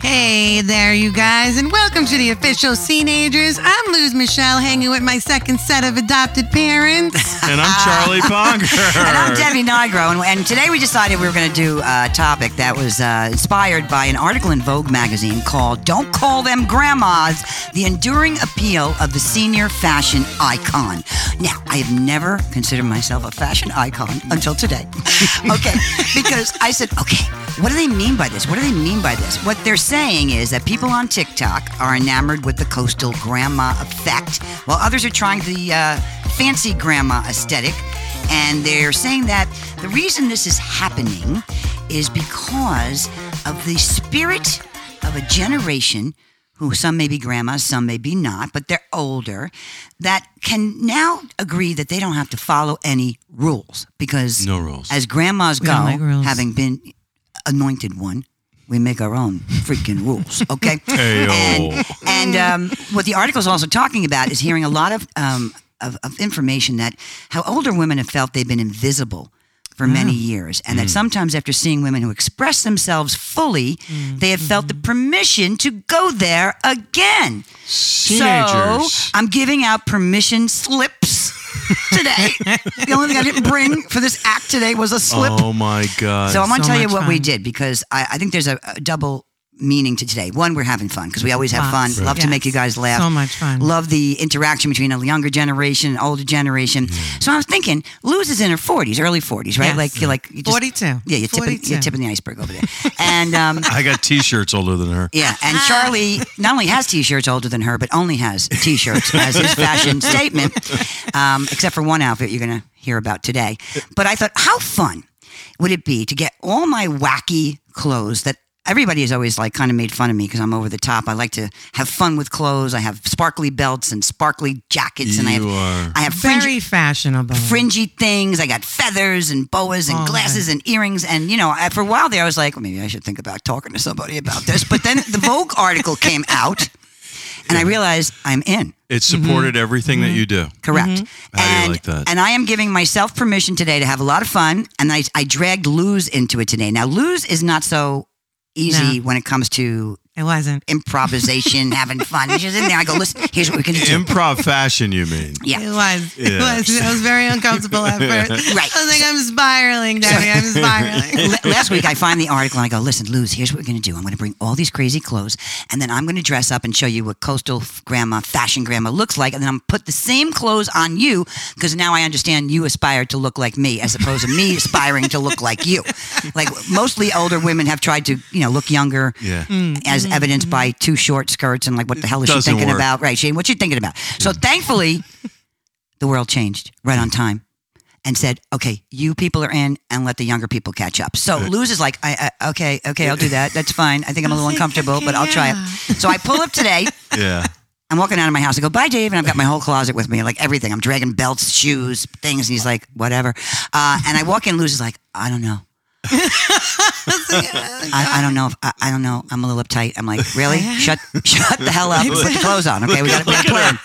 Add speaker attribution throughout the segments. Speaker 1: Hey there, you guys, and welcome to the official Teenagers. I'm Luz Michelle, hanging with my second set of adopted parents.
Speaker 2: And I'm Charlie Bonger.
Speaker 3: And I'm Debbie Nigro, and, and today we decided we were going to do a topic that was uh, inspired by an article in Vogue magazine called Don't Call Them Grandmas The Enduring Appeal of the Senior Fashion Icon. Now, I have never considered myself a fashion icon until today. okay, because I said, okay, what do they mean by this? What do they mean by this? What they're saying is that people on TikTok are enamored with the coastal grandma effect, while others are trying the uh, fancy grandma aesthetic. And they're saying that the reason this is happening is because of the spirit of a generation who some may be grandmas, some may be not, but they're older, that can now agree that they don't have to follow any rules because
Speaker 2: No rules.
Speaker 3: as grandmas go,
Speaker 1: don't like rules.
Speaker 3: having been anointed one, we make our own freaking rules, okay?
Speaker 2: Ayo.
Speaker 3: And, and um, what the article is also talking about is hearing a lot of, um, of, of information that how older women have felt they've been invisible for many years, and
Speaker 2: Mm.
Speaker 3: that sometimes after seeing women who express themselves fully, they have felt the permission to go there again.
Speaker 2: Teenagers.
Speaker 3: So I'm giving out permission slips today. the only thing I didn't bring for this act today was a slip.
Speaker 2: Oh my God.
Speaker 3: So I want to
Speaker 1: so
Speaker 3: tell you
Speaker 1: much
Speaker 3: what we
Speaker 1: fun.
Speaker 3: did because I, I think there's a, a double meaning to today. One, we're having fun because we always have
Speaker 1: Lots.
Speaker 3: fun. Love to
Speaker 1: Yes.
Speaker 3: make you guys laugh.
Speaker 1: So much fun.
Speaker 3: Love the interaction between a younger generation and older generation. So I was thinking, Luz is in her 40s, early 40s, right?
Speaker 1: Mm-hmm. Yes.
Speaker 3: Like you're like you just,
Speaker 1: 42.
Speaker 3: Yeah, you're tipping,
Speaker 1: 42.
Speaker 3: you're tipping the iceberg over there. And um,
Speaker 2: I got T-shirts older than her.
Speaker 3: yeah, and Charlie not only has T-shirts older than her, but only has T-shirts as his fashion statement, um, except for one outfit you're going to hear about today. But I thought, how fun would it be to get all my wacky clothes that everybody has always like kind of made fun of me because I'm over the top. I like to have fun with clothes. I have sparkly belts and sparkly jackets, and I have
Speaker 2: You are.
Speaker 3: I have fringe
Speaker 1: Very fashionable.
Speaker 3: fringy things. I got feathers and boas and
Speaker 1: Oh,
Speaker 3: glasses and earrings. And, you know, I, for a while there, I was like, well, maybe I should think about talking to somebody about this. But then the Vogue article came out and I realized I'm in.
Speaker 2: It supported everything that you do.
Speaker 3: Correct.
Speaker 2: Mm-hmm. How do you
Speaker 3: And,
Speaker 2: like that?
Speaker 3: and I am giving myself permission today to have a lot of fun. And I, I dragged Luz into it today. Now, Luz is not so easy
Speaker 1: No.
Speaker 3: when it comes to
Speaker 1: It wasn't.
Speaker 3: improvisation, having fun. She's in there. I go, listen, here's what we're going to do.
Speaker 2: Improv fashion, you mean?
Speaker 3: Mm-hmm. yeah.
Speaker 1: It was. It
Speaker 2: Yeah.
Speaker 1: was. I was very uncomfortable at first.
Speaker 3: Right.
Speaker 1: I was like, I'm spiraling, Debbie. I'm spiraling.
Speaker 3: L- last week I find the article and I go, listen, Luz, here's what we're going to do. I'm going to bring all these crazy clothes and then I'm going to dress up and show you what coastal f- grandma, fashion grandma looks like. And then I'm going to put the same clothes on you because now I understand you aspire to look like me as opposed to me aspiring to look like you. Like mostly older women have tried to, you know, look younger
Speaker 2: Yeah.
Speaker 3: Mm-hmm. as evidenced by two short skirts and like what the hell is she
Speaker 2: Doesn't
Speaker 3: thinking
Speaker 2: work.
Speaker 3: about? Right, Shane, what you thinking about? So thankfully, the world changed right on time and said, "Okay, you people are in, and let the younger people catch up." So Luz is like, I, I, "Okay, okay, I'll do that. That's fine. I think I'm a little uncomfortable, but I'll try it." So I pull up today.
Speaker 2: Yeah.
Speaker 3: I'm walking out of my house. I go, bye, Dave. And I've got my whole closet with me, like everything. I'm dragging belts, shoes, things. And he's like, whatever. Uh, and I walk in, Luz is like, I don't know. I, I don't know. If, I, I don't know. I'm a little uptight. I'm like, really? Shut, shut the hell up. and Put the clothes on. Okay, we got to plan.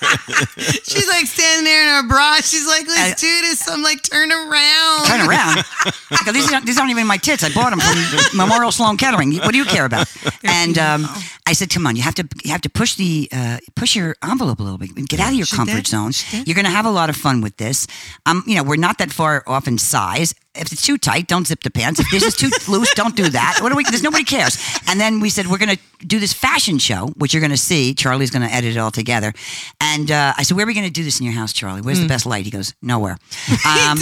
Speaker 1: She's like standing there in her bra. She's like, let's do this. I'm like, turn around.
Speaker 3: Uh, Turn around. I go, these aren't, these aren't even my tits. I bought them from Memorial Sloan Kettering. What do you care about? And um, I said, come on, you have to you have to push the uh, push your envelope a little bit. Get out of your
Speaker 1: She
Speaker 3: comfort
Speaker 1: did.
Speaker 3: zone.
Speaker 1: She did.
Speaker 3: You're going to have a lot of fun with this. Um, you know, we're not that far off in size. If it's too tight, don't zip the pants. If this is too loose, don't do that. What do we? There's nobody cares. And then we said we're going to do this fashion show, which you're going to see. Charlie's going to edit it all together. And uh, I said, where are we going to do this in your house, Charlie? Where's
Speaker 1: Hmm.
Speaker 3: the best light? He goes, nowhere. Um,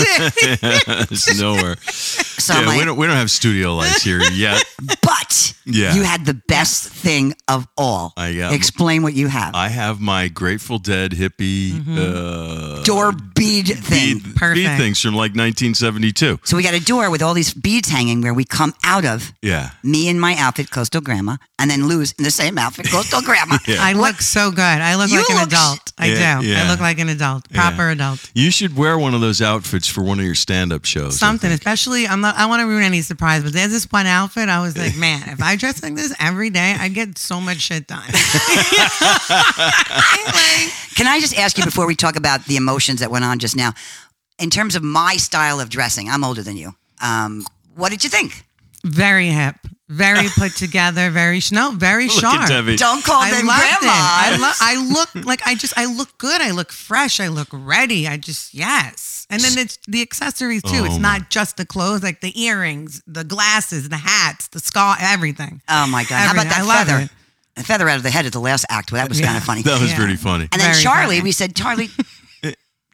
Speaker 2: It's nowhere.
Speaker 3: so I'm
Speaker 2: Yeah,
Speaker 3: like,
Speaker 2: we don't we don't have studio lights here yet.
Speaker 3: But
Speaker 2: Yeah.
Speaker 3: you had the best thing of all.
Speaker 2: I, uh,
Speaker 3: Explain what you have.
Speaker 2: I have my Grateful Dead hippie uh,
Speaker 3: door bead Mm-hmm. thing.
Speaker 2: bead, bead
Speaker 1: Perfect.
Speaker 2: things from like 1972.
Speaker 3: So we got a door with all these beads hanging where we come out of.
Speaker 2: Yeah.
Speaker 3: Me in my outfit, Coastal Grandma, and then Lou's in the same outfit, Coastal Grandma.
Speaker 2: Yeah.
Speaker 1: I look so good. I look
Speaker 3: You
Speaker 1: like an
Speaker 3: look-
Speaker 1: adult. I
Speaker 2: Yeah,
Speaker 1: do.
Speaker 2: yeah.
Speaker 1: I look like an adult, proper adult.
Speaker 2: You should wear one of those outfits for one of your stand-up shows. I
Speaker 1: Something,
Speaker 2: think.
Speaker 1: especially I'm not. I want to ruin any surprise, but there's this one outfit. I was like, man, if I dress like this every day, I get so much shit done.
Speaker 3: Can I just ask you before we talk about the emotions that went on just now? In terms of my style of dressing, I'm older than you. Um, what did you think?
Speaker 1: Very hip, Very put together, very sh- no, very
Speaker 2: Look
Speaker 1: sharp.
Speaker 2: at Debbie.
Speaker 3: Don't call
Speaker 1: I
Speaker 3: them
Speaker 1: loved it. I,
Speaker 3: grandmas.
Speaker 1: lo- I look like I just I look good. I look fresh. I look ready. I just yes. And then it's the accessories too.
Speaker 2: Oh,
Speaker 1: it's
Speaker 2: my-
Speaker 1: not just the clothes, like the earrings, the glasses, the hats, the scar, everything.
Speaker 3: oh my god! How about
Speaker 1: Everything.
Speaker 3: that
Speaker 1: I love
Speaker 3: feather?
Speaker 1: it.
Speaker 3: The feather out of the head at the last act. Well, that was kind
Speaker 1: Yeah.
Speaker 3: of funny.
Speaker 2: That was
Speaker 1: Yeah.
Speaker 2: pretty funny.
Speaker 3: And then
Speaker 1: Very
Speaker 3: Charlie,
Speaker 1: funny.
Speaker 3: we said, Charlie,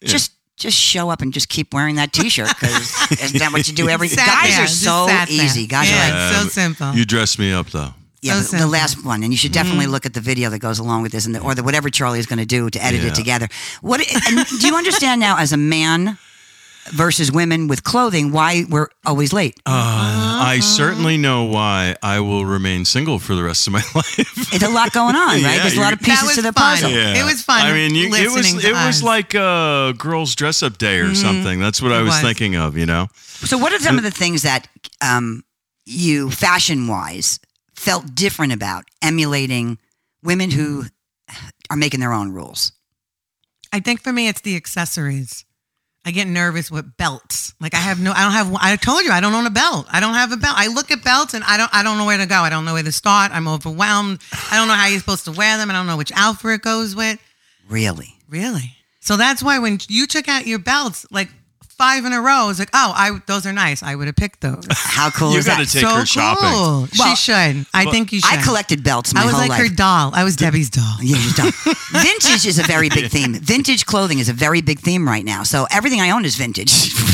Speaker 3: just just show up and just keep wearing that T-shirt because isn't that what you do every?
Speaker 1: Sat
Speaker 3: guys
Speaker 1: there,
Speaker 3: are
Speaker 1: just
Speaker 3: so
Speaker 1: sat there.
Speaker 3: easy. Guys
Speaker 1: Yeah,
Speaker 3: are like,
Speaker 1: it's so simple.
Speaker 2: You dressed me up though.
Speaker 3: yeah,
Speaker 1: so
Speaker 3: the- the
Speaker 1: simple.
Speaker 3: last one, and you should definitely
Speaker 1: Mm-hmm.
Speaker 3: look at the video that goes along with this, and the, or the whatever Charlie is going to do to edit
Speaker 2: Yeah.
Speaker 3: it together. What and do you understand now as a man versus women with clothing? Why we're always late?
Speaker 2: Uh, I certainly know why I will remain single for the rest of my life.
Speaker 3: It's a lot going on, right?
Speaker 2: Yeah,
Speaker 3: There's a lot of
Speaker 2: you-
Speaker 1: That
Speaker 3: pieces
Speaker 1: was
Speaker 3: to the
Speaker 1: fun.
Speaker 3: puzzle.
Speaker 1: It was fun
Speaker 2: I mean, you, it was
Speaker 1: listening to
Speaker 2: it was
Speaker 1: us. Mm-hmm.
Speaker 2: like a girls' dress up day or something. That's what I was
Speaker 1: was.
Speaker 2: thinking of. You know,
Speaker 3: So, what are some of the things that um, you, fashion wise, felt different about emulating women who are making their own rules?
Speaker 1: I think for me, it's the accessories. I get nervous with belts. Like I have no, I don't have. one- I told you I don't own a belt. I don't have a belt. I look at belts and I don't. I don't know where to go. I don't know where to start. I'm overwhelmed. I don't know how you're supposed to wear them. I don't know which outfit it goes with.
Speaker 3: Really?
Speaker 1: Really. So that's why when you took out your belts, like five in a row, I was like, oh, I those are nice. I would have picked those.
Speaker 3: How cool
Speaker 2: you
Speaker 3: is
Speaker 2: got
Speaker 3: that?
Speaker 2: to take
Speaker 1: so
Speaker 2: her shopping.
Speaker 1: cool. she
Speaker 3: Well,
Speaker 1: should. I think you should.
Speaker 3: I collected belts my
Speaker 1: I was
Speaker 3: whole
Speaker 1: like
Speaker 3: life.
Speaker 1: her doll. I was Debbie's doll.
Speaker 3: Yeah, you're dumb. vintage is a very big theme. Vintage clothing is a very big theme right now. So everything I own is vintage,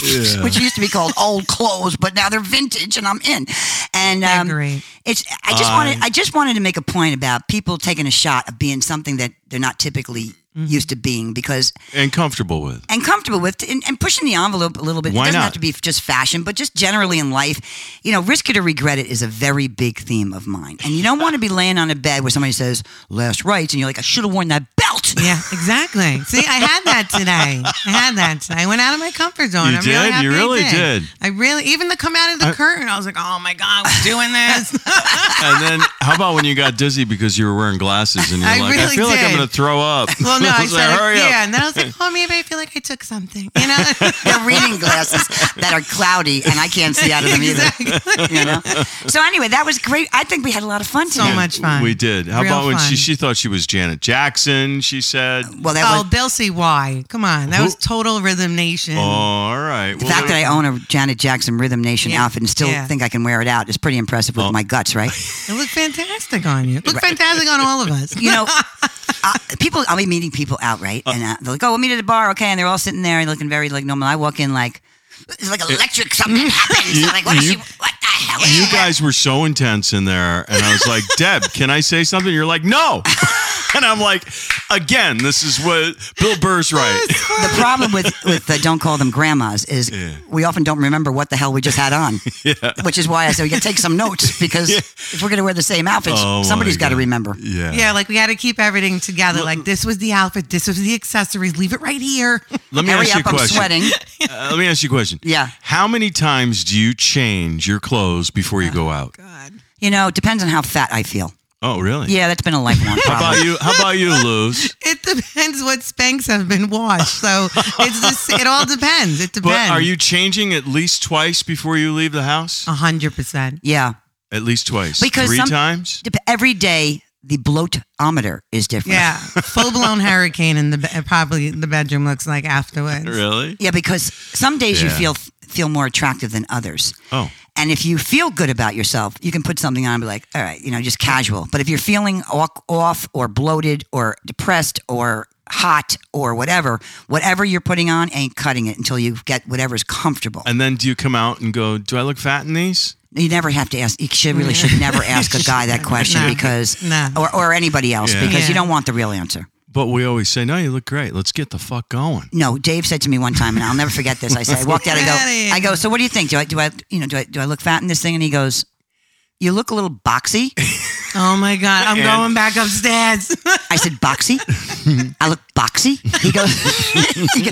Speaker 3: which used to be called old clothes, but now they're vintage, and I'm in. And um,
Speaker 1: Agreed.
Speaker 3: it's I just
Speaker 2: I-
Speaker 3: wanted I just wanted to make a point about people taking a shot of being something that they're not typically used to being because
Speaker 2: and comfortable with.
Speaker 3: and comfortable with and, and pushing the envelope a little bit.
Speaker 2: Why
Speaker 3: it doesn't
Speaker 2: not?
Speaker 3: have to be just fashion, but just generally in life, you know, risk it or regret it is a very big theme of mine. And you don't want to be laying on a bed where somebody says last rites, and you're like, I should have worn that belt.
Speaker 1: Yeah, exactly. See, I had that today. I had that today. I went out of my comfort zone.
Speaker 2: You
Speaker 1: I'm
Speaker 2: did?
Speaker 1: Really
Speaker 2: You
Speaker 1: happy I
Speaker 2: really did.
Speaker 1: I really, even the come out of the curtain, I was like, oh my God, we're doing this.
Speaker 2: And then, how about when you got dizzy because you were wearing glasses and you're
Speaker 1: I
Speaker 2: like, I
Speaker 1: really
Speaker 2: feel like I'm
Speaker 1: did.
Speaker 2: going to throw up.
Speaker 1: well, no,
Speaker 2: I
Speaker 1: I
Speaker 2: was like,
Speaker 1: said,
Speaker 2: hurry up.
Speaker 1: yeah. And then I was like, oh, maybe I feel like I took something, you know?
Speaker 3: They're reading glasses that are cloudy, and I can't see out of them either. You know. So anyway, that was great. I think we had a lot of fun.
Speaker 1: So
Speaker 3: today.
Speaker 1: much fun.
Speaker 2: We did. How
Speaker 1: Real
Speaker 2: about when she
Speaker 1: fun.
Speaker 2: she thought she was Janet Jackson? She said,
Speaker 3: Well, that
Speaker 1: Oh,
Speaker 3: was
Speaker 1: they'll see why. Come on. That
Speaker 2: Who- Oh.
Speaker 1: was total Rhythm Nation.
Speaker 2: "All right."
Speaker 3: the fact that I own a Janet Jackson Rhythm Nation
Speaker 1: Yeah.
Speaker 3: outfit and still
Speaker 1: Yeah.
Speaker 3: think I can wear it out is pretty impressive with my guts, right?
Speaker 1: It looked fantastic on you. It looked fantastic on all of us.
Speaker 3: you know, uh, people. I'll be meeting people out, right? and uh, they're like, "Oh, we'll meet at a bar, okay?" And they're all sitting there and looking very like normal. I walk in like it's like electric something
Speaker 2: Uh,
Speaker 3: happens.
Speaker 2: mm-hmm. you-
Speaker 3: I'm like, what is
Speaker 2: you-
Speaker 3: she? What the hell? Is
Speaker 2: you
Speaker 3: that?"
Speaker 2: guys were so intense in there, and I was like, "Deb, can I say something?" You're like, "No," and I'm like, "Again, this is what Bill Burr's right."
Speaker 3: The problem with with the don't call them grandmas is we often don't remember what the hell we just had on, which is why I said we got to take some notes because if we're going to wear the same outfits,
Speaker 2: Oh, my
Speaker 3: somebody's got to
Speaker 2: God.
Speaker 3: remember.
Speaker 2: yeah.
Speaker 1: Yeah, like we had to keep everything together. Like this was the outfit, this was the accessories. Leave it right here.
Speaker 2: Let me
Speaker 3: Hurry
Speaker 2: ask you
Speaker 3: up!
Speaker 2: a
Speaker 3: I'm
Speaker 2: question.
Speaker 3: sweating.
Speaker 2: Uh, let me ask you a question.
Speaker 3: Yeah.
Speaker 2: How many times do you change your clothes before you
Speaker 3: Oh,
Speaker 2: go out?
Speaker 1: God.
Speaker 3: You know, it depends on how fat I feel.
Speaker 2: Oh, really?
Speaker 3: Yeah, that's been a lifelong
Speaker 2: How
Speaker 3: problem.
Speaker 2: about you? How about you, Luz?
Speaker 1: It depends what Spanx have been washed. So it's just, it all depends. It
Speaker 2: But
Speaker 1: depends.
Speaker 2: are you changing at least twice before you leave the house?
Speaker 1: a hundred percent?
Speaker 3: Yeah.
Speaker 2: At least twice.
Speaker 3: Uh, Because
Speaker 2: three
Speaker 3: some-
Speaker 2: times.
Speaker 3: Dep- every day the bloatometer is different.
Speaker 1: Yeah, full blown hurricane in the be- probably the bedroom looks like afterwards.
Speaker 2: Really?
Speaker 3: Yeah, because some days you
Speaker 2: Yeah.
Speaker 3: feel feel more attractive than others.
Speaker 2: Oh.
Speaker 3: And if you feel good about yourself, you can put something on and be like, all right, you know, just casual. But if you're feeling off, off or bloated or depressed or hot or whatever, whatever you're putting on ain't cutting it until you get whatever's comfortable.
Speaker 2: And then do you come out and go, Do I look fat in these?
Speaker 3: you never have to ask. You should really should never ask a guy that question
Speaker 1: No.
Speaker 3: because,
Speaker 1: No.
Speaker 3: or, or anybody else
Speaker 2: Yeah.
Speaker 3: because you
Speaker 1: Yeah.
Speaker 3: don't want the real answer.
Speaker 2: But we always say, No, you look great. Let's get the fuck going.
Speaker 3: No, Dave said to me one time, and I'll never forget this. I said, I walked out, I go,
Speaker 1: Get outta here.
Speaker 3: I go, so what do you think? Do I, do I, you know, do I, do I look fat in this thing? And he goes, you look a little boxy.
Speaker 1: Oh my god, I'm
Speaker 2: And-
Speaker 1: going back upstairs.
Speaker 3: I said, boxy? I look boxy? He goes, he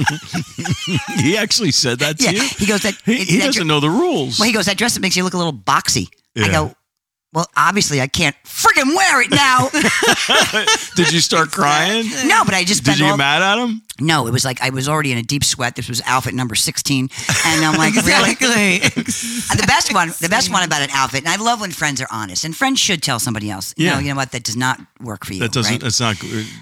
Speaker 3: goes
Speaker 2: He actually said that to
Speaker 3: yeah.
Speaker 2: you?
Speaker 3: He goes, that,
Speaker 2: He, he
Speaker 3: that
Speaker 2: doesn't know the rules.
Speaker 3: well, he goes, that dress that makes you look a little boxy. I
Speaker 2: Yeah.
Speaker 3: go, Well, obviously, I can't friggin' wear it now.
Speaker 2: Did you start crying?
Speaker 3: no, but I just
Speaker 2: Did
Speaker 3: spent
Speaker 2: you
Speaker 3: all
Speaker 2: get mad at him?
Speaker 3: No, it was like I was already in a deep sweat. This was outfit number 16. And I'm like, really?
Speaker 1: Exactly.
Speaker 3: Uh, The best one, the best one about an outfit. And I love when friends are honest. And friends should tell somebody else,
Speaker 2: Yeah.
Speaker 3: no, you know what? That does not work for you.
Speaker 2: That doesn't. uh,
Speaker 3: right?
Speaker 2: It's not.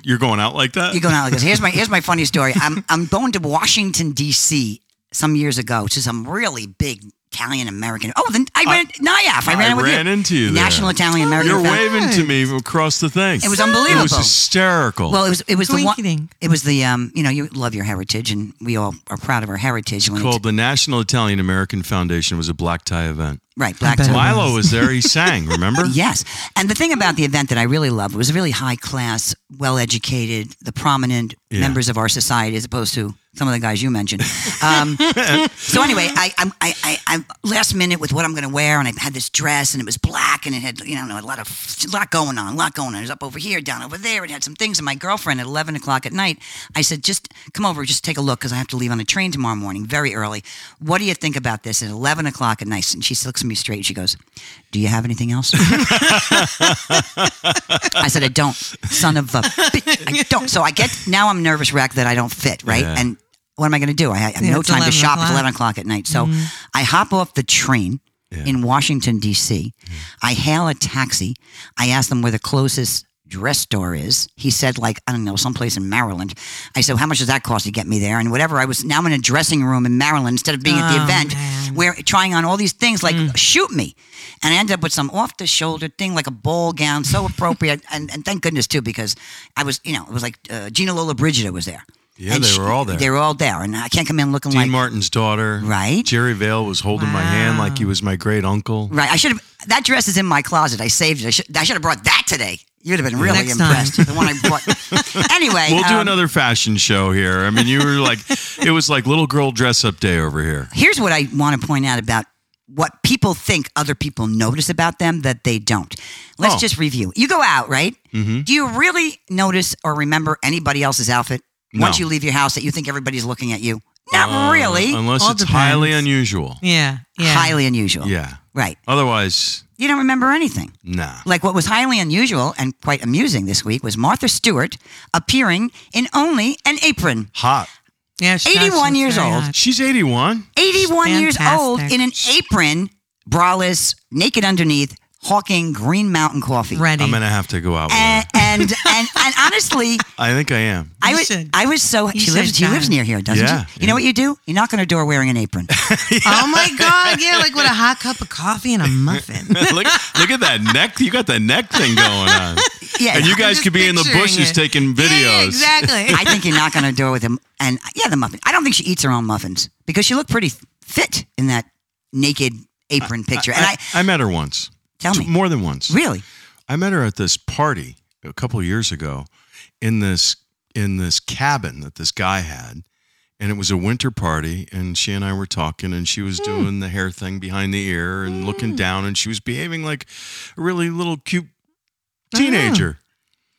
Speaker 2: You're going out like that.
Speaker 3: You're going out like this. Here's my here's my funny story. I'm I'm going to Washington D.C. some years ago to some really big Italian American. Oh, then I ran NIAF. I ran,
Speaker 2: I
Speaker 3: with
Speaker 2: ran
Speaker 3: you.
Speaker 2: into you there.
Speaker 3: National Italian American.
Speaker 2: You're
Speaker 3: Film-
Speaker 2: waving to me across the thing.
Speaker 3: It was
Speaker 2: It was
Speaker 3: unbelievable.
Speaker 2: hysterical.
Speaker 3: Well, it was it was the
Speaker 1: Coinciding.
Speaker 3: one. It was the um. You know, you love your heritage, and we all are proud of our heritage. When
Speaker 2: called the National Italian American Foundation was a black tie event.
Speaker 3: right, black.
Speaker 1: bet
Speaker 3: tie.
Speaker 1: it was.
Speaker 2: Milo was there. He sang. Remember?
Speaker 3: Yes. And the thing about the event that I really loved was really high class, well educated, the prominent
Speaker 2: Yeah.
Speaker 3: members of our society, as opposed to some of the guys you mentioned. Um, so anyway, I, I'm, I, I, I'm last minute with what I'm going to wear, and I had this dress, and it was black, and it had you know a lot of a lot going on, a lot going on. It was up over here, down over there. It had some things. And my girlfriend at 11 o'clock at night, I said, just come over, just take a look, because I have to leave on a train tomorrow morning, very early. What do you think about this? At 11 o'clock at night, and she looks at me straight, and she goes, "Do you have anything else?" I said, I don't, son of a bitch. I don't. So I get, now I'm nervous wreck that I don't fit, right?
Speaker 2: Yeah.
Speaker 3: And what am I going to do? I have no
Speaker 1: it's
Speaker 3: time to
Speaker 1: 11
Speaker 3: shop. It's
Speaker 1: o'clock.
Speaker 3: 11 o'clock at night. So
Speaker 1: Mm-hmm.
Speaker 3: I hop off the train in Washington, D.C.
Speaker 2: Mm-hmm.
Speaker 3: I hail a taxi. I ask them where the closest dress store is. He said, like, I don't know, someplace in Maryland. I said, how much does that cost to get me there? And whatever, I was, now I'm in a dressing room in Maryland instead of being at the
Speaker 1: Oh,
Speaker 3: event
Speaker 1: man. Mm.
Speaker 3: wear trying on all these things like shoot me and i ended up with some off the shoulder thing like a ball gown so appropriate and, and thank goodness too because i was you know it was like uh, gina lola brigida was there
Speaker 2: Yeah,
Speaker 3: And
Speaker 2: they were all there.
Speaker 3: they were all there and i can't come in looking
Speaker 2: Dean
Speaker 3: like
Speaker 2: Martin's daughter.
Speaker 3: Right.
Speaker 2: Jerry Vale was holding my hand
Speaker 1: Wow.
Speaker 2: like he was my great uncle.
Speaker 3: right i should have that dress is in my closet i saved it i should, I should have brought that today you'd have been really
Speaker 1: Next time.
Speaker 3: impressed the one i brought anyway
Speaker 2: We'll do
Speaker 3: um,
Speaker 2: another fashion show here. I mean, you were like, it was like little girl dress up day over here.
Speaker 3: here's what I want to point out about what people think other people notice about them that they don't. Let's
Speaker 2: Oh. Mm-hmm.
Speaker 3: just review. You go out, right? Do you really notice or remember anybody else's outfit once
Speaker 2: No. Uh,
Speaker 3: you leave your house that you think everybody's looking at you? Not really.
Speaker 2: Um, Unless
Speaker 1: All
Speaker 2: it's highly
Speaker 1: depends.
Speaker 2: unusual.
Speaker 1: Yeah. Yeah.
Speaker 3: Highly unusual.
Speaker 2: Yeah.
Speaker 3: Right.
Speaker 2: Otherwise,
Speaker 3: You don't remember anything.
Speaker 2: nah.
Speaker 3: Like what was highly unusual and quite amusing this week was Martha Stewart appearing in only an apron.
Speaker 2: Hot.
Speaker 1: Yeah. she-
Speaker 3: 81
Speaker 1: she's
Speaker 3: years
Speaker 1: very
Speaker 3: old.
Speaker 1: hot.
Speaker 2: She's 81.
Speaker 3: 81 years
Speaker 1: Fantastic.
Speaker 3: old in an apron, braless, naked underneath, hawking Green Mountain coffee.
Speaker 1: Ready.
Speaker 2: I'm going to have to go out with her.
Speaker 3: And and and, and honestly,
Speaker 2: I think I am.
Speaker 3: I
Speaker 1: You
Speaker 3: was
Speaker 1: should.
Speaker 3: I was so she
Speaker 1: should,
Speaker 3: lives she
Speaker 1: John.
Speaker 3: lives near here, doesn't
Speaker 2: Yeah,
Speaker 3: she? You know what you do? You knock on her door wearing an apron.
Speaker 1: Oh my God. Yeah. Like with a hot cup of coffee and a muffin.
Speaker 2: look, look at that neck. You got that neck thing going on.
Speaker 3: Yeah,
Speaker 2: And you
Speaker 1: I'm
Speaker 2: guys
Speaker 1: just
Speaker 2: could be in the
Speaker 1: picturing
Speaker 2: bushes
Speaker 1: it.
Speaker 2: taking
Speaker 1: Yeah,
Speaker 2: videos.
Speaker 1: yeah, exactly.
Speaker 3: I think you knock on her door with him, and yeah, the muffin. I don't think she eats her own muffins because she looked pretty fit in that naked apron picture. and I,
Speaker 2: I, I met her once.
Speaker 3: tell
Speaker 2: T-
Speaker 3: me,
Speaker 2: More than once.
Speaker 3: really,
Speaker 2: I met her at this party a couple years ago in this in this cabin that this guy had and it was a winter party and she and I were talking and she
Speaker 3: Hmm.
Speaker 2: was doing the hair thing behind the ear and looking down and she was behaving like a really little cute
Speaker 3: Oh,
Speaker 2: teenager.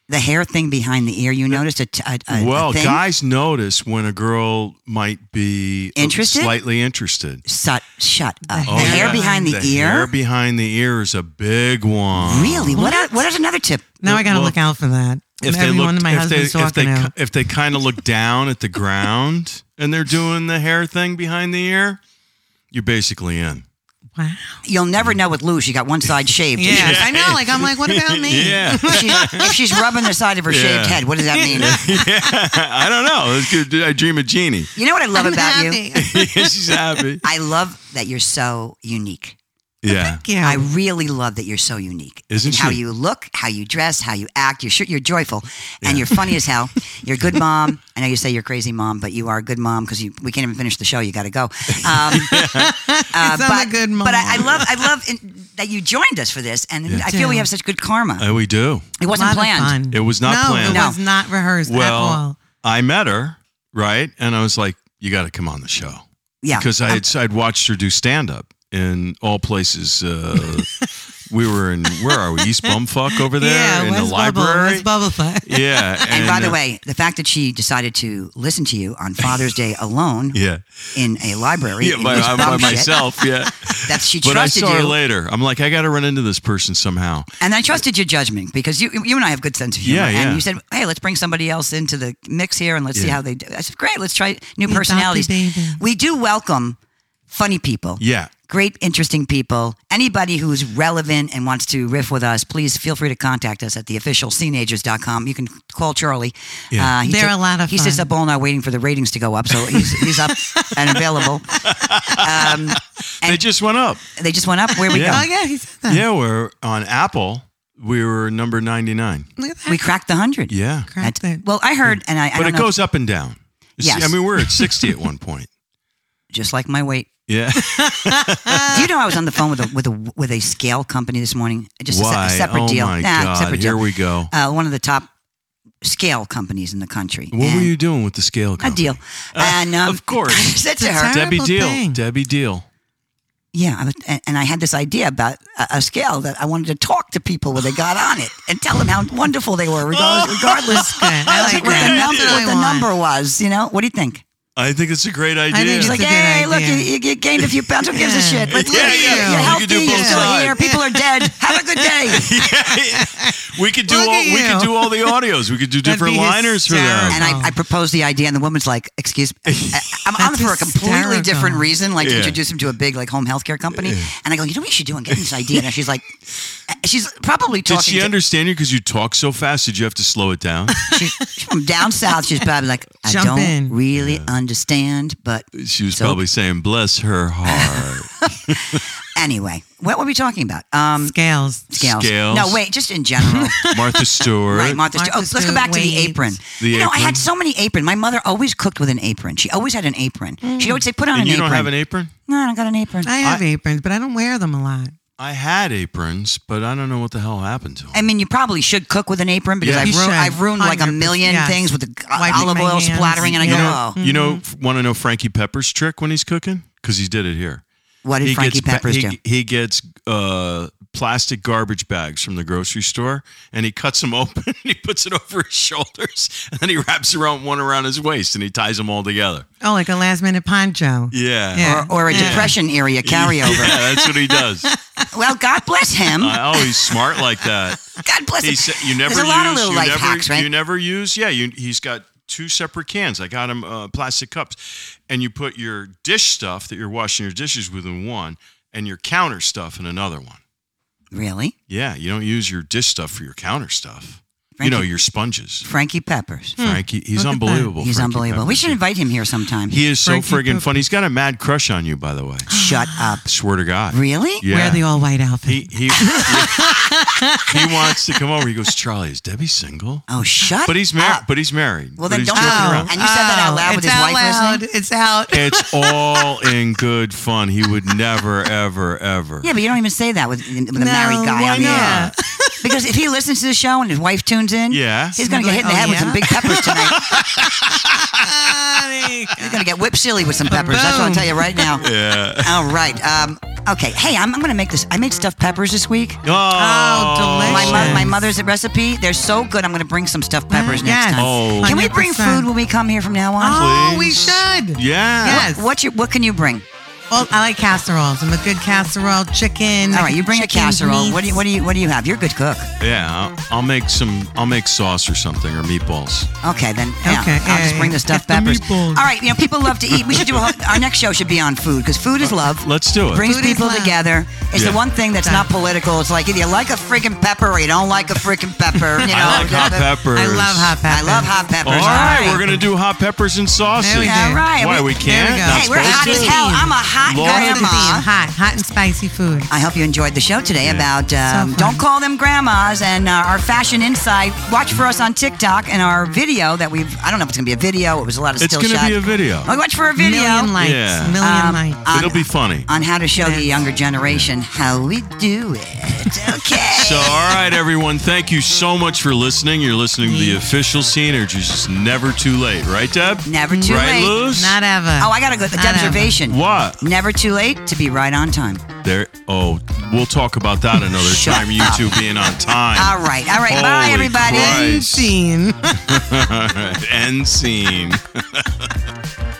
Speaker 3: the hair thing behind the ear. You noticed a, t- a- a- a
Speaker 2: well,
Speaker 3: thing?
Speaker 2: guys notice when a girl might be
Speaker 3: Interested?
Speaker 2: slightly interested.
Speaker 3: Shut, shut up.
Speaker 1: Oh,
Speaker 3: the hair
Speaker 1: yeah.
Speaker 3: behind the, ear.
Speaker 2: hair behind the ear is a big one.
Speaker 3: really? What? What, what is another tip?
Speaker 1: Now I got to
Speaker 2: Well,
Speaker 1: look out for that.
Speaker 2: if they
Speaker 1: Everyone,
Speaker 2: look,
Speaker 1: my
Speaker 2: if they,
Speaker 1: husband's
Speaker 2: if they,
Speaker 1: talking now.
Speaker 2: if they kind of look down at the ground and they're doing the hair thing behind the ear, you're basically in.
Speaker 1: Wow.
Speaker 3: You'll never know with Lou. She got one side shaved.
Speaker 1: Yeah, I know. Like I'm like, what about me?
Speaker 2: Yeah,
Speaker 3: If she's, if she's rubbing the side of her
Speaker 2: Yeah.
Speaker 3: shaved head, what does that mean?
Speaker 2: yeah. I don't know. It's good. I dream of genie.
Speaker 3: You know what I love
Speaker 1: I'm
Speaker 3: about you?
Speaker 1: happy. Thank
Speaker 2: She's happy.
Speaker 3: I love that you're so unique.
Speaker 2: Yeah,
Speaker 1: you.
Speaker 3: I really love that you're so unique.
Speaker 2: Isn't
Speaker 3: in How
Speaker 2: she?
Speaker 3: you look, how you dress, how you act. You're sure, you're joyful, and you're funny as hell. You're a good mom. I know you say you're a crazy mom, but you are a good mom because we can't even finish the show. You got to go. Um, uh,
Speaker 1: It's on the good
Speaker 3: But I, I
Speaker 1: mom.
Speaker 3: love I love in, that you joined us for this, and I feel we have such good karma.
Speaker 2: Uh, we do.
Speaker 3: it wasn't
Speaker 1: Lot of
Speaker 3: planned.
Speaker 1: fun.
Speaker 2: It was not
Speaker 1: no,
Speaker 2: planned.
Speaker 1: It
Speaker 3: No.
Speaker 1: was not rehearsed at
Speaker 2: Well,
Speaker 1: all.
Speaker 2: I met her right, and I was like, "You got to come on the show."
Speaker 3: Yeah.
Speaker 2: because I had I'd watched her do stand up in all places. Uh, we were in where are we East Bumfuck over there
Speaker 1: yeah,
Speaker 2: in
Speaker 1: West
Speaker 2: the
Speaker 1: Bubble,
Speaker 2: library.
Speaker 1: West Bubble Fun.
Speaker 2: Yeah,
Speaker 3: And, by the
Speaker 2: uh,
Speaker 3: way, the fact that she decided to listen to you on Father's Day alone
Speaker 2: yeah,
Speaker 3: in a library
Speaker 2: yeah,
Speaker 3: it
Speaker 2: by,
Speaker 3: was
Speaker 2: I'm
Speaker 3: bum
Speaker 2: by
Speaker 3: shit.
Speaker 2: myself, yeah,
Speaker 3: That's she
Speaker 2: But I
Speaker 3: trusted
Speaker 2: saw her
Speaker 3: you.
Speaker 2: later. I'm like, I got to run into this person somehow.
Speaker 3: And I trusted your judgment because you you and I have good sense of humor.
Speaker 2: Yeah, yeah.
Speaker 3: And you said, "Hey, let's bring somebody else into the mix here and let's see
Speaker 2: Yeah.
Speaker 3: how they do." I said, "Great, let's try new
Speaker 1: Adopted
Speaker 3: personalities."
Speaker 1: baby.
Speaker 3: We do welcome funny people.
Speaker 2: Yeah.
Speaker 3: Great, interesting people. Anybody who's relevant and wants to riff with us, please feel free to contact us at the theofficialceenagers.com. You can call Charlie.
Speaker 2: Yeah.
Speaker 3: Uh, he
Speaker 1: They're a lot of
Speaker 3: He sits
Speaker 1: fun.
Speaker 3: up all night waiting for the ratings to go up, so he's, he's up and available. Um,
Speaker 2: They just went up.
Speaker 3: they just went up. Where we
Speaker 1: Oh
Speaker 2: Yeah.
Speaker 3: go?
Speaker 1: yeah, he said that.
Speaker 2: Yeah, we're on Apple. We were number 99.
Speaker 1: Look at that.
Speaker 3: We cracked the hundred.
Speaker 2: Yeah.
Speaker 1: Cracked
Speaker 3: That's-
Speaker 1: it.
Speaker 3: well, I heard, and I, I
Speaker 2: But
Speaker 3: don't
Speaker 2: it
Speaker 3: know,
Speaker 2: goes up and down. You see,
Speaker 3: Yes.
Speaker 2: I mean, we we're at 60 at one point.
Speaker 3: just like my weight.
Speaker 2: Yeah.
Speaker 3: Do you know I was on the phone with a with a with a scale company this morning? Just
Speaker 2: Why?
Speaker 3: A, se- a separate
Speaker 2: oh
Speaker 3: deal.
Speaker 2: my
Speaker 3: Nah,
Speaker 2: God.
Speaker 3: separate
Speaker 2: Here
Speaker 3: deal.
Speaker 2: we go.
Speaker 3: uh, one of the top scale companies in the country.
Speaker 2: What were
Speaker 3: And
Speaker 2: you doing with the scale?
Speaker 3: A
Speaker 2: Company?
Speaker 3: deal. and um,
Speaker 2: of course.
Speaker 3: I said to
Speaker 1: It's
Speaker 3: her,
Speaker 1: a
Speaker 2: Debbie
Speaker 1: Terrible
Speaker 2: Deal.
Speaker 1: thing.
Speaker 2: Debbie Deal.
Speaker 3: "Yeah," I was, and, and I had this idea about a, a scale that I wanted to talk to people when they got on it and tell them how wonderful they were, regardless, regardless
Speaker 1: Good. I like
Speaker 3: what the,
Speaker 1: that.
Speaker 3: number,
Speaker 1: That's what
Speaker 3: what
Speaker 1: I
Speaker 3: the
Speaker 1: want.
Speaker 3: number was. You know, what do you think?
Speaker 2: I think it's a great idea.
Speaker 1: think
Speaker 3: She's
Speaker 1: It's
Speaker 3: like,
Speaker 1: a good
Speaker 3: hey, look, you,
Speaker 1: idea.
Speaker 3: you you gained a few pounds. Who gives a
Speaker 1: Yeah.
Speaker 3: shit? Let's
Speaker 2: Yeah,
Speaker 3: look,
Speaker 2: yeah,
Speaker 3: You're
Speaker 2: yeah. We
Speaker 3: healthy.
Speaker 2: could do
Speaker 3: You're
Speaker 2: both
Speaker 3: still
Speaker 2: sides.
Speaker 3: here. People are dead. Have a good day.
Speaker 2: we could do
Speaker 1: Look
Speaker 2: all
Speaker 1: at
Speaker 2: we
Speaker 1: you.
Speaker 2: could do all the audios. We could do
Speaker 1: That'd
Speaker 2: different
Speaker 1: be
Speaker 2: liners for
Speaker 1: hysterical.
Speaker 2: that.
Speaker 3: And I, I proposed the idea, and the woman's like, "Excuse me, I- I'm on
Speaker 1: That's
Speaker 3: for a completely
Speaker 1: hysterical.
Speaker 3: different reason, like to
Speaker 2: Yeah.
Speaker 3: introduce him to a big like home healthcare company." And I go, "You know what you should do and get this idea." And she's like, "She's probably
Speaker 2: Did
Speaker 3: talking
Speaker 2: she
Speaker 3: to-
Speaker 2: understand you because you talk so fast? Did you have to slow it down?
Speaker 3: she's from down south. She's probably like, I
Speaker 1: Jump
Speaker 3: don't
Speaker 1: in.
Speaker 3: really understand, but
Speaker 2: She was
Speaker 3: So-
Speaker 2: probably saying, "Bless her heart."
Speaker 3: anyway, what were we talking about? Um,
Speaker 1: Scales.
Speaker 3: scales.
Speaker 2: Scales.
Speaker 3: No, wait, just in general."
Speaker 2: Martha Stewart.
Speaker 3: Right, Martha. Stewart.
Speaker 1: Martha
Speaker 3: oh, let's go back to the
Speaker 1: Stewart.
Speaker 3: apron.
Speaker 2: The
Speaker 3: you know, I
Speaker 2: apron.
Speaker 3: had so many apron. My mother always cooked with an apron. She always had an apron. She'd always say, "Put on
Speaker 2: Mm. and
Speaker 3: an
Speaker 2: you
Speaker 3: apron."
Speaker 2: don't have an apron?
Speaker 3: no, I don't got an apron.
Speaker 1: I have aprons, but I don't wear them a lot.
Speaker 2: I had aprons, but I don't know what the hell happened to them.
Speaker 3: I mean, you probably should cook with an apron because
Speaker 2: Yeah.
Speaker 3: I've,
Speaker 1: You
Speaker 3: ru-
Speaker 1: should.
Speaker 3: I've ruined like a
Speaker 1: 100%,
Speaker 3: million
Speaker 1: yes.
Speaker 3: things with the uh,
Speaker 1: Wiping
Speaker 3: olive
Speaker 1: my
Speaker 3: oil
Speaker 1: hands.
Speaker 3: splattering, and I
Speaker 1: You
Speaker 3: go,
Speaker 2: you know,
Speaker 3: "Oh,
Speaker 2: you know, want to know Frankie Pepper's trick when he's cooking? Because he did it here.
Speaker 3: what did
Speaker 2: he
Speaker 3: Frankie
Speaker 2: gets ba-
Speaker 3: Peppers
Speaker 2: he,
Speaker 3: do?"
Speaker 2: He gets uh, plastic garbage bags from the grocery store, and he cuts them open, and he puts it over his shoulders, and then he wraps around one around his waist, and he ties them all together.
Speaker 1: Oh, like a last minute poncho.
Speaker 2: Yeah,
Speaker 1: Yeah.
Speaker 3: Or, or a depression area carryover.
Speaker 2: Yeah, that's what he does.
Speaker 3: Well, God bless him.
Speaker 2: I always smart like that.
Speaker 3: God bless
Speaker 2: Uh, He
Speaker 3: him.
Speaker 2: said you never
Speaker 3: There's a
Speaker 2: use
Speaker 3: lot of little
Speaker 2: you
Speaker 3: life
Speaker 2: never
Speaker 3: hacks, right?
Speaker 2: you never use. Yeah, you, he's got two separate cans. I got him uh, plastic cups, and you put your dish stuff that you're washing your dishes with in one, and your counter stuff in another one.
Speaker 3: really,
Speaker 2: Yeah, you don't use your dish stuff for your counter stuff.
Speaker 3: Frankie- Hmm.
Speaker 2: You know your sponges.
Speaker 3: Frankie Peppers.
Speaker 2: Frankie, he's
Speaker 1: Look at that.
Speaker 2: unbelievable.
Speaker 3: He's
Speaker 2: Hmm. Frankie
Speaker 3: unbelievable. We
Speaker 2: Peppers.
Speaker 3: should invite him here sometime.
Speaker 2: He is so
Speaker 1: Frankie
Speaker 2: friggin'
Speaker 1: Peppers.
Speaker 2: funny. He's got a mad crush on you, by the way.
Speaker 3: Shut up.
Speaker 2: Swear to God.
Speaker 3: Really?
Speaker 2: Yeah.
Speaker 1: Wear the all white outfit.
Speaker 2: he he he wants to come over. He goes, Charlie, is Debbie single?
Speaker 3: Oh, shut.
Speaker 2: But he's married.
Speaker 3: up.
Speaker 2: But he's married.
Speaker 3: Well,
Speaker 2: But
Speaker 3: then
Speaker 2: he's
Speaker 3: don't-
Speaker 2: joking
Speaker 3: Oh.
Speaker 2: around.
Speaker 3: And you said that out loud
Speaker 1: Oh,
Speaker 3: with
Speaker 1: it's
Speaker 3: his
Speaker 1: out
Speaker 3: wife
Speaker 1: loud.
Speaker 3: listening?
Speaker 1: It's out.
Speaker 2: It's all in good fun. He would never, ever, ever.
Speaker 3: Yeah, but you don't even say that with, with a married guy
Speaker 1: why
Speaker 3: on the air.
Speaker 1: not?
Speaker 3: Because if he listens to the show and his wife tunes in,
Speaker 2: Yeah.
Speaker 3: he's going to get hit in the
Speaker 1: Oh,
Speaker 3: head with
Speaker 1: yeah?
Speaker 3: some big peppers tonight.
Speaker 1: Honey.
Speaker 3: he's going to get whip silly with some peppers. That's what I'll
Speaker 1: Boom.
Speaker 3: tell you right now.
Speaker 2: Yeah.
Speaker 3: All right. Um, okay. Hey, I'm, I'm going to make this. I made stuffed peppers this week.
Speaker 2: Oh,
Speaker 3: My,
Speaker 1: delicious.
Speaker 3: mo- my mother's recipe. They're so good. I'm going to bring some stuffed peppers
Speaker 1: Mm,
Speaker 3: next
Speaker 1: Yes.
Speaker 3: time.
Speaker 2: Oh.
Speaker 3: Can we bring
Speaker 1: 100%.
Speaker 3: food when we come here from now on?
Speaker 1: Oh, we
Speaker 2: Please.
Speaker 1: should.
Speaker 2: Yeah.
Speaker 1: Yes.
Speaker 3: What you? What can you bring?
Speaker 1: Well, I like casseroles. I'm a good casserole chicken.
Speaker 3: All right, you bring a
Speaker 1: chicken
Speaker 3: casserole.
Speaker 1: meats.
Speaker 3: What do you? What do you? What do you have? You're a good cook.
Speaker 2: Yeah. I'll, I'll make some. I'll make sauce or something or meatballs.
Speaker 3: Okay, then yeah,
Speaker 1: Okay,
Speaker 3: I'll
Speaker 1: yeah,
Speaker 3: just
Speaker 1: yeah,
Speaker 3: bring
Speaker 1: yeah.
Speaker 3: the stuffed
Speaker 1: Get the
Speaker 3: peppers. All
Speaker 1: meatballs.
Speaker 3: right, you know people love to eat. We should do a whole, our next show should be on food because food is love.
Speaker 2: Let's do it.
Speaker 3: brings
Speaker 1: Food is
Speaker 3: people
Speaker 1: love.
Speaker 3: together. It's
Speaker 2: Yeah.
Speaker 3: the one thing that's not political. It's like either you like a freaking pepper or you don't like a freaking pepper. You know,
Speaker 2: I like hot peppers.
Speaker 1: I love hot peppers.
Speaker 3: I love hot peppers.
Speaker 2: All right, we're
Speaker 3: right.
Speaker 2: gonna do hot peppers and sausage.
Speaker 1: There we
Speaker 3: All
Speaker 1: go.
Speaker 3: right.
Speaker 2: Why we can't?
Speaker 1: we go.
Speaker 2: Not
Speaker 3: Hey, we're hot
Speaker 2: supposed
Speaker 3: as
Speaker 2: to?
Speaker 3: hell. I'm a hot
Speaker 2: Lord.
Speaker 1: Hot to be
Speaker 3: grandma.
Speaker 1: hot, hot and spicy food.
Speaker 3: I hope you enjoyed the show today about
Speaker 1: fun.
Speaker 3: um, don't call them grandmas and uh, our fashion insight. Watch for us on TikTok and our video that we've. I don't know if it's gonna be a video. It was a lot of
Speaker 2: It's
Speaker 3: still
Speaker 2: gonna
Speaker 3: shot.
Speaker 2: be a video.
Speaker 3: Oh, watch for a video.
Speaker 1: Million likes.
Speaker 2: Yeah.
Speaker 1: Million
Speaker 3: Um,
Speaker 1: likes.
Speaker 3: on-
Speaker 2: It'll be funny.
Speaker 3: on how to show the younger generation how we do it. Okay.
Speaker 2: So, all right, everyone, thank you so much for listening. You're listening to the official scene, or just never too late, right, Deb?
Speaker 3: Never too
Speaker 2: right,
Speaker 3: late.
Speaker 2: Luz?
Speaker 1: Not ever.
Speaker 3: oh, I got a good
Speaker 1: Not
Speaker 3: observation.
Speaker 2: What?
Speaker 3: Never too late to be right on time.
Speaker 2: There. Oh, we'll talk about that another
Speaker 3: Shut
Speaker 2: time. You
Speaker 3: up.
Speaker 2: two being on time.
Speaker 3: All right. All right. Bye,
Speaker 2: Holy
Speaker 3: everybody.
Speaker 2: Christ.
Speaker 1: Unseen.
Speaker 2: End scene.